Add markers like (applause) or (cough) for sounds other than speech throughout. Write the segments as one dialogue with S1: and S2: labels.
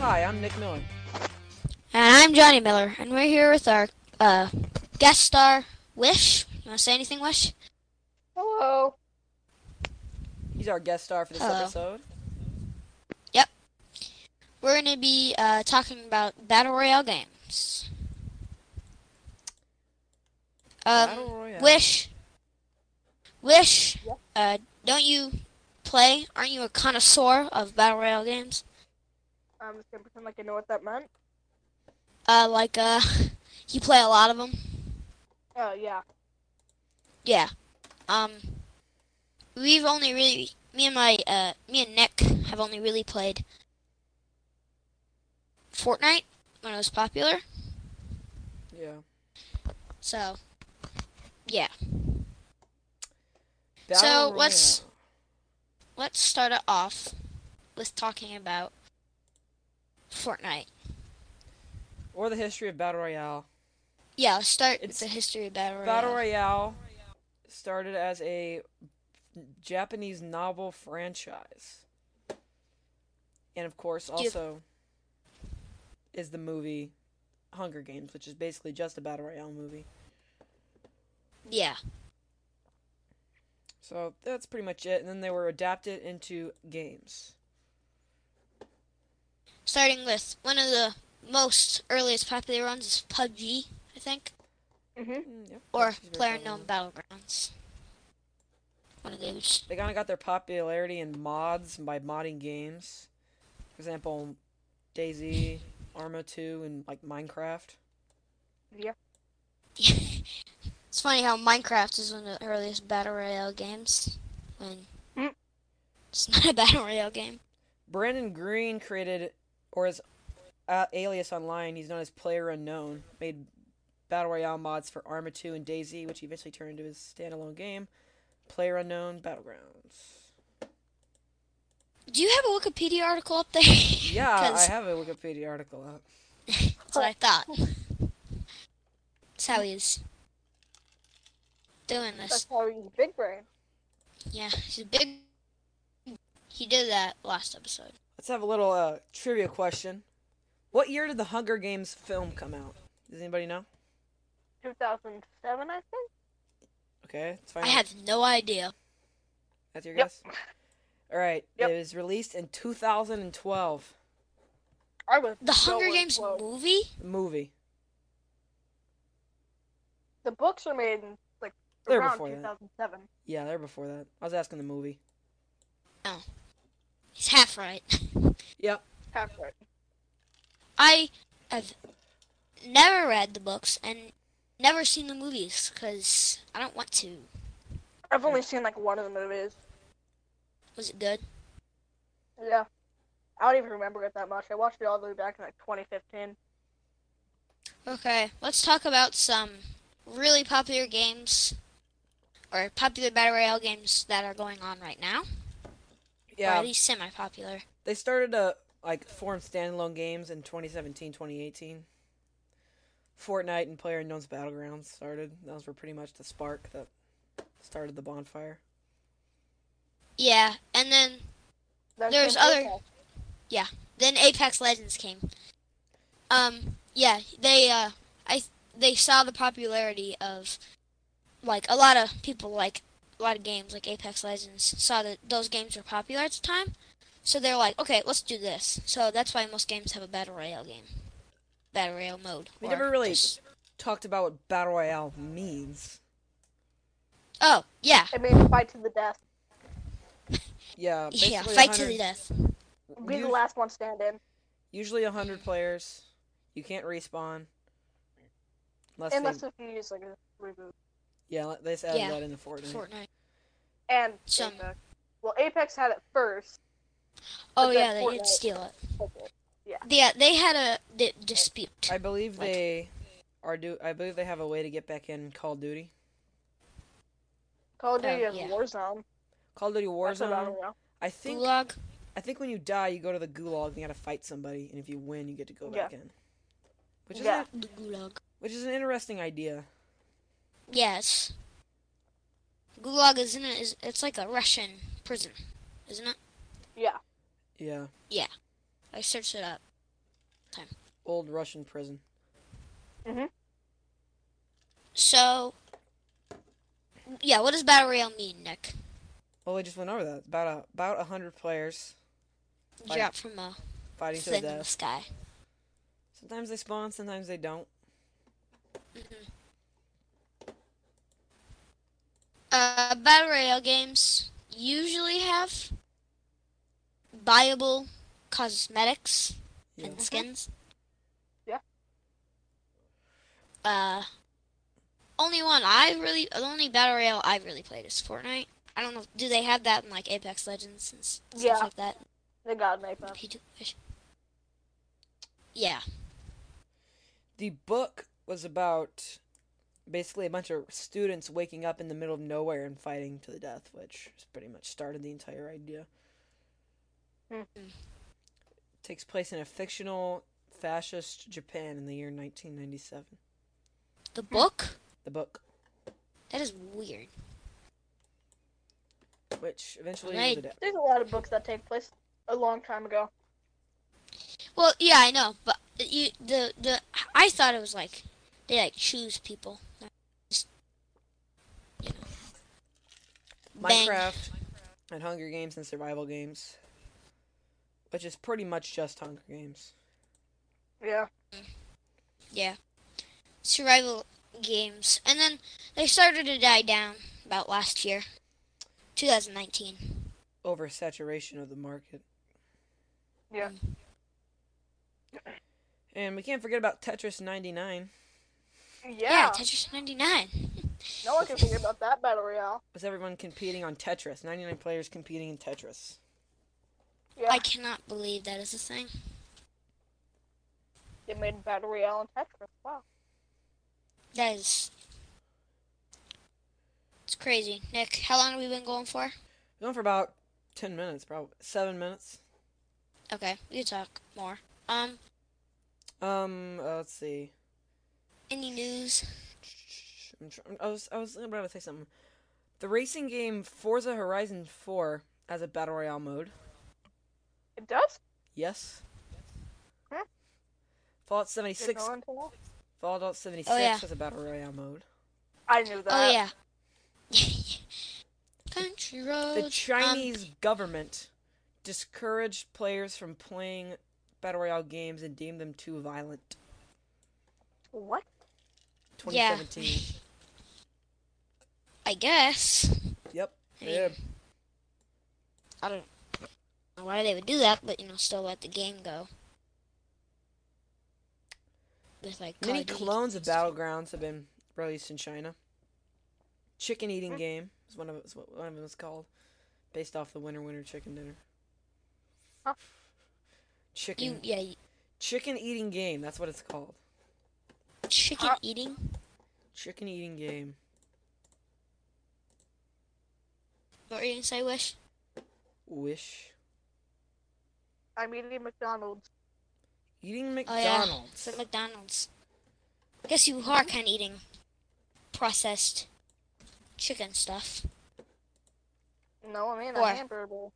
S1: I'm Nick Miller.
S2: And I'm Johnny Miller, and we're here with our uh, guest star, Wish. You want to say anything, Wish?
S3: Hello.
S1: He's our guest star for this
S2: Hello.
S1: episode.
S2: We're going to be uh, talking about battle royale games. Um, Uh,
S1: Battle Royale.
S2: Wish. Wish.
S3: Yep.
S2: Uh, don't you play? Aren't you a connoisseur of battle royale games?
S3: I'm just gonna pretend like I know what that meant.
S2: Uh, like uh, (laughs) you play a lot of them.
S3: Oh yeah.
S2: Yeah. Um, we've only really me and my uh me and Nick have only really played Fortnite when it was popular.
S1: Yeah.
S2: So yeah,
S1: Battle
S2: what's-
S1: Royale.
S2: let's start it off with talking about Fortnite.
S1: or the history of battle royale?
S2: Yeah, let's start with
S1: It's-
S2: the history of Battle Royale.
S1: Battle Royale started as a Japanese novel franchise. And of course,
S2: you-
S1: also is the movie Hunger Games, which is basically just a battle royale movie.
S2: Yeah.
S1: So that's pretty much it. And then they were adapted into games.
S2: Starting with one of the most earliest popular ones is PUBG, I think,
S3: Mhm.
S1: Mm, yep,
S2: or
S1: that's very
S2: Player
S1: popular.
S2: Known Battlegrounds. One of those.
S1: They kind of got their popularity in mods by modding games. For example, Daisy, Arma 2, and like Minecraft.
S3: Yeah.
S2: (laughs) it's funny how Minecraft is one of the earliest battle royale games when
S3: Mm.
S2: it's not a (laughs) battle royale game.
S1: Brandon Green created, or his uh, alias online, he's known as Player Unknown, made battle royale mods for Arma 2 and Daisy, which he eventually turned into his standalone game, Player Unknown Battlegrounds.
S2: Do you have a Wikipedia article up there? (laughs) yeah,
S1: Yeah, I have a Wikipedia article up.
S2: that's what I thought. That's how he's doing
S3: That's
S2: this.
S3: how he's big brain.
S2: Yeah, he's a big. He did that last episode.
S1: Let's have a little uh, trivia question. What year did the Hunger Games film come out? Does anybody know?
S3: 2007, I think.
S1: Okay, let's find
S2: I
S1: out.
S2: have no idea.
S1: That's your
S3: Yep.
S1: guess? All right.
S3: Yep.
S1: It was released in 2012.
S3: I was.
S2: The
S3: so
S2: Hunger Games
S3: close.
S2: movie?
S1: The movie.
S3: The books were made in like
S1: They're
S3: around
S1: before that.
S3: 2007.
S1: Yeah, they're before that. I was asking the movie.
S2: He's half right. (laughs)
S1: Yep.
S3: Half right.
S2: I have never read the books and never seen the movies because I don't want to.
S3: I've only seen like one of the movies.
S2: Was it good?
S3: Yeah. I don't even remember it that much. I watched it all the way back in like 2015.
S2: Okay, let's talk about some really popular games or popular battle royale games that are going on right now, or
S1: Yeah.
S2: at least semi-popular.
S1: They started to like form standalone games in 2017, 2018. Fortnite and Player Unknown's Battlegrounds started. Those were pretty much the spark that started the bonfire.
S2: Yeah, and then
S3: That's
S2: There's
S3: when
S2: other-
S3: Apex-
S2: then Apex Legends came. Um, yeah, they uh, I they saw the popularity of like a lot of people like a lot of games like Apex Legends saw that those games were popular at the time, so they're like, okay, let's do this. So that's why most games have a battle royale game, battle royale mode.
S1: We
S2: or
S1: never really
S2: just-
S1: Talked about what Battle Royale means.
S2: Oh yeah,
S3: I mean, fight to the death.
S1: Yeah. Uh, Basically
S2: yeah, fight to
S1: 100
S2: the death.
S3: Be the
S1: Usu-
S3: last one standing.
S1: Usually 100 players. You can't respawn. Unless,
S3: Unless
S1: they,
S3: if you use like a reboot.
S1: yeah, they added
S2: Yeah.
S1: that in the Fortnite.
S2: Fortnite.
S3: And
S2: Some-
S3: Apex. Well, Apex had it first.
S2: Oh
S3: But
S2: yeah,
S3: then
S2: they did
S3: Fortnite-
S2: steal it.
S3: Okay.
S2: Yeah, they had a di- dispute.
S1: I believe
S2: Like-
S1: they are do. I believe they have a way to get back in Call of Duty.
S3: Call of
S2: Oh,
S3: Duty has
S2: yeah.
S3: Warzone.
S1: Call of Duty
S3: That's what I don't
S1: Warzone.
S3: know.
S1: I think.
S2: Gulag.
S1: I think when you die, you go to the gulag and you gotta fight somebody, and if you win, you get to go
S3: Yeah.
S1: back in. Which is
S3: Yeah.
S1: a,
S2: The gulag.
S1: which is an interesting idea.
S2: Yes. Gulag isn't it? Is it's like a Russian prison, isn't it?
S3: Yeah.
S1: Yeah.
S2: I searched it up. time.
S1: Old Russian prison.
S2: So, yeah, what does battle royale mean, Nick?
S1: Well, we just went over that. It's About a, about a hundred players Like,
S2: Drop from a
S1: fighting to the
S2: thing in the
S1: death.
S2: sky.
S1: Sometimes they spawn, sometimes they don't.
S2: Uh, battle royale games usually have buyable cosmetics
S1: Yeah.
S2: and skins.
S3: Yeah.
S2: Uh, only one I really, the only battle royale I've really played is Fortnite. I don't know. Do they have that in like Apex Legends and s- stuff
S3: Yeah.
S2: like that?
S3: They got an Apex.
S2: P2 Yeah.
S1: The book was about basically a bunch of students waking up in the middle of nowhere and fighting to the death, which is pretty much started the entire idea.
S2: Mm-hmm.
S3: Mhm.
S1: Takes place in a fictional fascist Japan in the year 1997.
S2: The
S3: Hmm.
S2: book?
S1: The book,
S2: That is weird.
S1: which eventually
S2: Right.
S1: is adapted.
S3: There's a lot of books that take place a long time ago.
S2: Well, yeah, I know, but uh, you the the I thought it was like they like choose people. not just, you know. Bang.
S1: Minecraft and Hunger Games and survival games, which is pretty much just Hunger Games.
S3: Yeah.
S2: Yeah. Survival games. And then they started to die down about last year. 2019.
S1: Oversaturation of the market.
S3: Yeah.
S2: Mm.
S1: And we can't forget about Tetris 99.
S3: Yeah.
S2: Tetris 99.
S3: no one can forget about that battle royale.
S1: Was everyone competing on Tetris? 99 players competing in Tetris.
S3: Yeah.
S2: I cannot believe that is a thing.
S3: They made battle royale in Tetris. Wow.
S2: That is It's crazy. Nick, how long have we been going for?
S1: Going for about 10 minutes, probably 7 minutes.
S2: Okay, we can talk more. Um
S1: Um, uh, let's see.
S2: any news?
S1: I'm tr- I was I was about to say something. The racing game Forza Horizon 4 has a battle royale mode.
S3: It does.
S1: Yes.
S3: Huh?
S1: Fallout
S3: Didn't
S1: 76.
S3: know until now.
S1: Fallout 76
S2: Oh, yeah.
S1: has a battle royale mode.
S3: I knew that.
S2: Oh yeah. (laughs) Country road.
S1: The
S2: um,
S1: Chinese government discouraged players from playing battle royale games and deemed them too violent.
S3: What?
S1: 2017.
S2: Um, I guess.
S1: Yep.
S2: I
S1: Yeah.
S2: mean, I don't know why they would do that, but you know, still let the game go. With like Call
S1: Many
S2: of Duty.
S1: clones of Battlegrounds have been released in China. Chicken
S2: Hmm.
S1: eating game is one of is what one of them is called, based off the Winter Winter Chicken Dinner.
S3: Huh.
S1: Chicken
S2: Oh. You yeah, you,
S1: chicken eating game. That's what it's called.
S2: chicken
S3: Huh?
S2: eating.
S1: Chicken eating game.
S2: What were you gonna say, Wish?
S1: Wish
S3: I'm eating McDonald's.
S1: eating
S2: Oh yeah,
S1: McDonald's.
S2: it's at McDonald's. I guess you are kind of eating processed chicken stuff.
S3: No, I mean
S2: Or-
S3: a hamburger.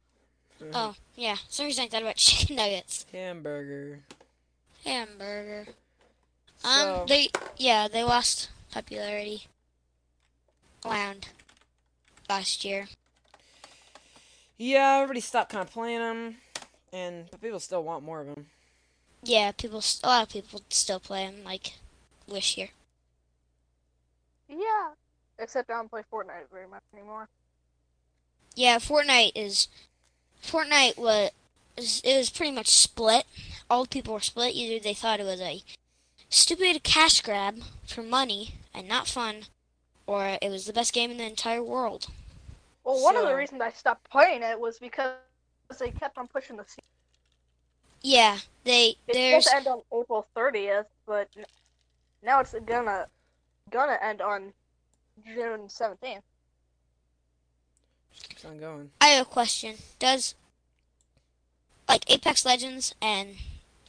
S1: Mhm.
S2: Oh yeah, some reason I thought about (laughs) chicken nuggets,
S1: Hamburger.
S2: hamburger. Um,
S1: So,
S2: they yeah they lost popularity around last year.
S1: yeah, everybody stopped kind of playing them, and but people still want more of them.
S2: Yeah, people s- a lot of people still play them like Wish here.
S3: Yeah. Except I don't play Fortnite very much anymore.
S2: Yeah, Fortnite is Fortnite was it was pretty much split. All people were split. Either they thought it was a stupid cash grab for money and not fun, or it was the best game in the entire world.
S3: Well, one of
S1: So-
S3: the reasons I stopped playing it was because they kept on pushing the. se-
S2: Yeah, they
S3: It's
S2: there's
S3: supposed to end on April 30th, but n- now it's gonna gonna end on June 17th.
S1: Just keeps on going.
S2: I have a question. Does like Apex Legends and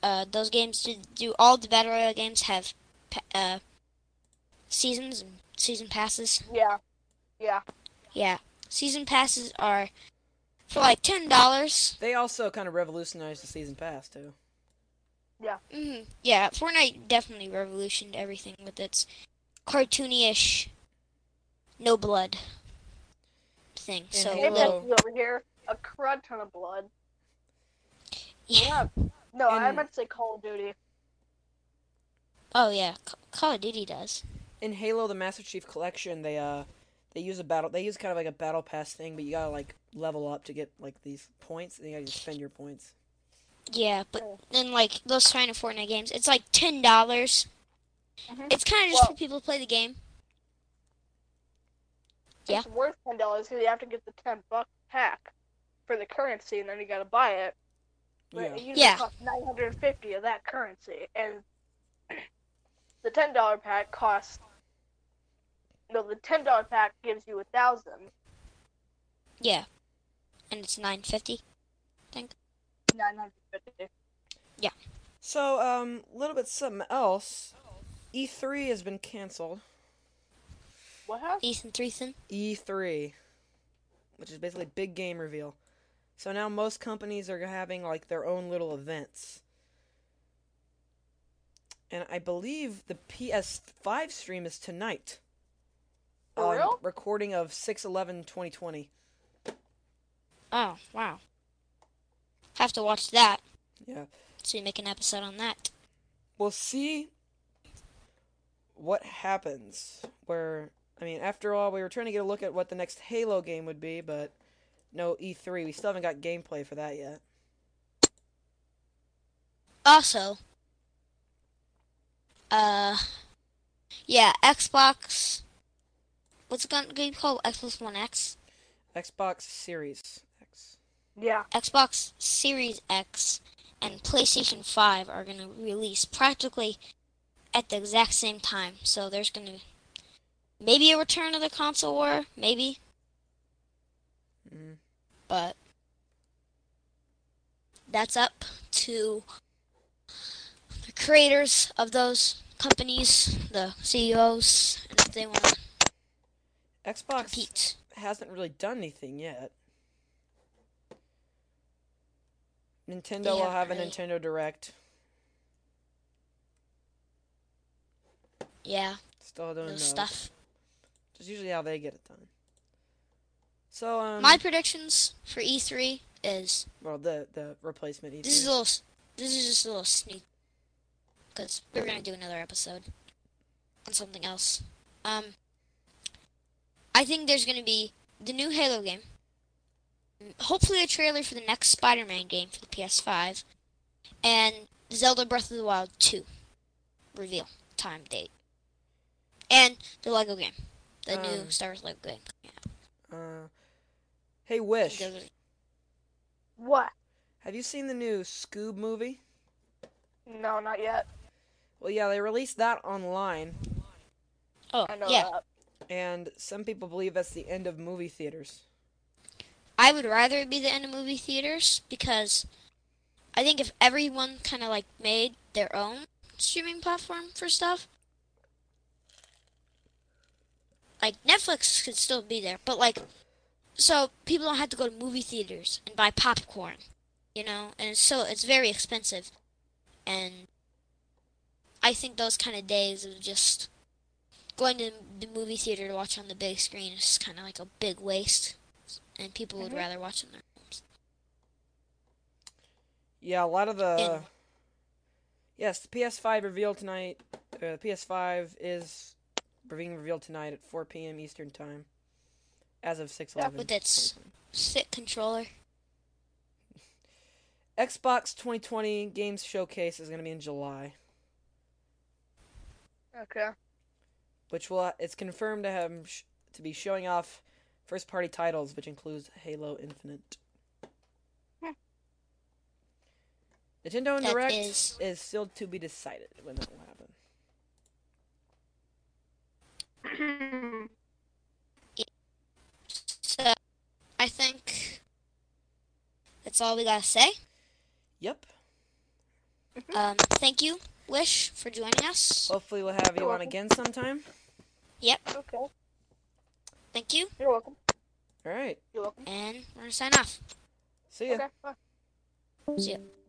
S2: uh, those games do, do all the battle royale games have pa- uh, seasons and season passes?
S3: Yeah. Yeah.
S2: Yeah, season passes are for like ten dollars.
S1: They also kind of revolutionized the season pass too.
S2: hmm Yeah, Fortnite definitely revolutioned everything with its cartoony-ish, no blood thing.
S1: And
S2: so
S1: Halo.
S3: Apex
S2: well,
S3: is over here, a crud ton of blood.
S2: yeah.
S3: No, I
S1: And-
S3: meant to say Call of Duty.
S2: Oh yeah, C- Call of Duty does.
S1: in Halo the Master Chief Collection, they uh they use a battle they use kind of like a battle pass thing, but you gotta like level up to get like these points and you gotta spend your points.
S2: Yeah, but
S3: Oh.
S2: then like those kind of Fortnite games, it's like ten dollars.
S3: Mhm.
S2: It's kind of just
S3: Well-
S2: for people to play the game.
S3: It's worth ten dollars because you have to get the ten buck pack for the currency, and then you gotta buy it. But
S1: Yeah.
S3: it usually
S2: Yeah.
S3: costs nine hundred and fifty of that currency, and (clears throat) the ten dollar pack costs. No, the ten dollar pack gives you a thousand
S2: Yeah, and it's nine fifty.
S3: nine hundred fifty.
S1: So, um, a little bit something else. E3 has been canceled.
S3: What happened?
S2: Ethan Threethan.
S1: E3, E which is basically big game reveal. So now most companies are having like their own little events. And I believe the PS5 stream is tonight.
S3: For
S1: Um,
S3: real?
S1: Recording of 6/11/2020.
S2: Oh wow. Have to watch that.
S1: Yeah.
S2: So we make an episode on that.
S1: We'll see what happens. Where I mean, after all, we were trying to get a look at what the next Halo game would be, but no E3. We still haven't got gameplay for that yet.
S2: Also, uh, yeah, Xbox. What's it gonna gonna be called? Xbox One X,
S1: Xbox Series X.
S3: Yeah.
S2: Xbox Series X, and PlayStation Five are gonna release practically at the exact same time. So there's gonna maybe a return of the console war, maybe,
S1: Mhm.
S2: but that's up to the creators of those companies, the CEOs, and if they want to
S1: Xbox
S2: compete.
S1: hasn't really done anything yet. Nintendo
S2: They
S1: will
S2: haven't
S1: have a
S2: really.
S1: Nintendo Direct.
S2: Yeah,
S1: Still
S2: those
S1: doing
S2: stuff.
S1: That's usually how they get it done. So um,
S2: My predictions for E3 is
S1: well the the replacement E E3.
S2: this is a little s- this is just a little sneak because we're gonna do another episode on something else. Um, I think there's gonna be the new Halo game, hopefully a trailer for the next Spider-Man game for the PS5, and Zelda Breath of the Wild 2 reveal time date, and the Lego game, the new
S1: Um,
S2: Star Wars Lego game.
S1: uh, hey
S2: I
S1: Wish,
S2: think those are-
S3: What?
S1: have you seen the new Scoob movie?
S3: No, not yet.
S1: Well, yeah, they released that online,
S2: Oh
S3: I know
S2: yeah,
S3: that.
S1: and some people believe that's the end of movie theaters.
S2: I would rather it be the end of movie theaters because I think if everyone kind of like made their own streaming platform for stuff, like Netflix could still be there, but like so people don't have to go to movie theaters and buy popcorn, you know, and it's so it's very expensive, and I think those kind of days of just going to the movie theater to watch on the big screen is kind of like a big waste, and people would
S3: Mhm.
S2: rather watch in their homes.
S1: Yeah, a lot of the.
S2: And-
S1: Yes, the PS5 reveal tonight. Uh, the PS5 is being revealed tonight at 4 p.m. Eastern time, as of 6:11.
S2: with its thick controller.
S1: Xbox 2020 Games Showcase is going to be in July,
S3: Okay. (clears throat)
S1: which will it's confirmed to have sh- to be showing off first-party titles, which includes Halo Infinite.
S3: Hmm.
S1: Nintendo and
S2: That
S1: Direct
S2: is-
S1: is still to be decided when that will happen.
S2: So I think that's all we gotta say.
S1: Yep.
S2: Um, thank you, Wish, for joining us.
S1: Hopefully, we'll have you on
S3: welcome.
S1: again sometime.
S2: Yep,
S3: okay.
S2: thank you,
S3: You're welcome.
S1: All right.
S3: You're welcome.
S2: and we're gonna sign off.
S1: See ya.
S3: Okay. Bye.
S2: See ya.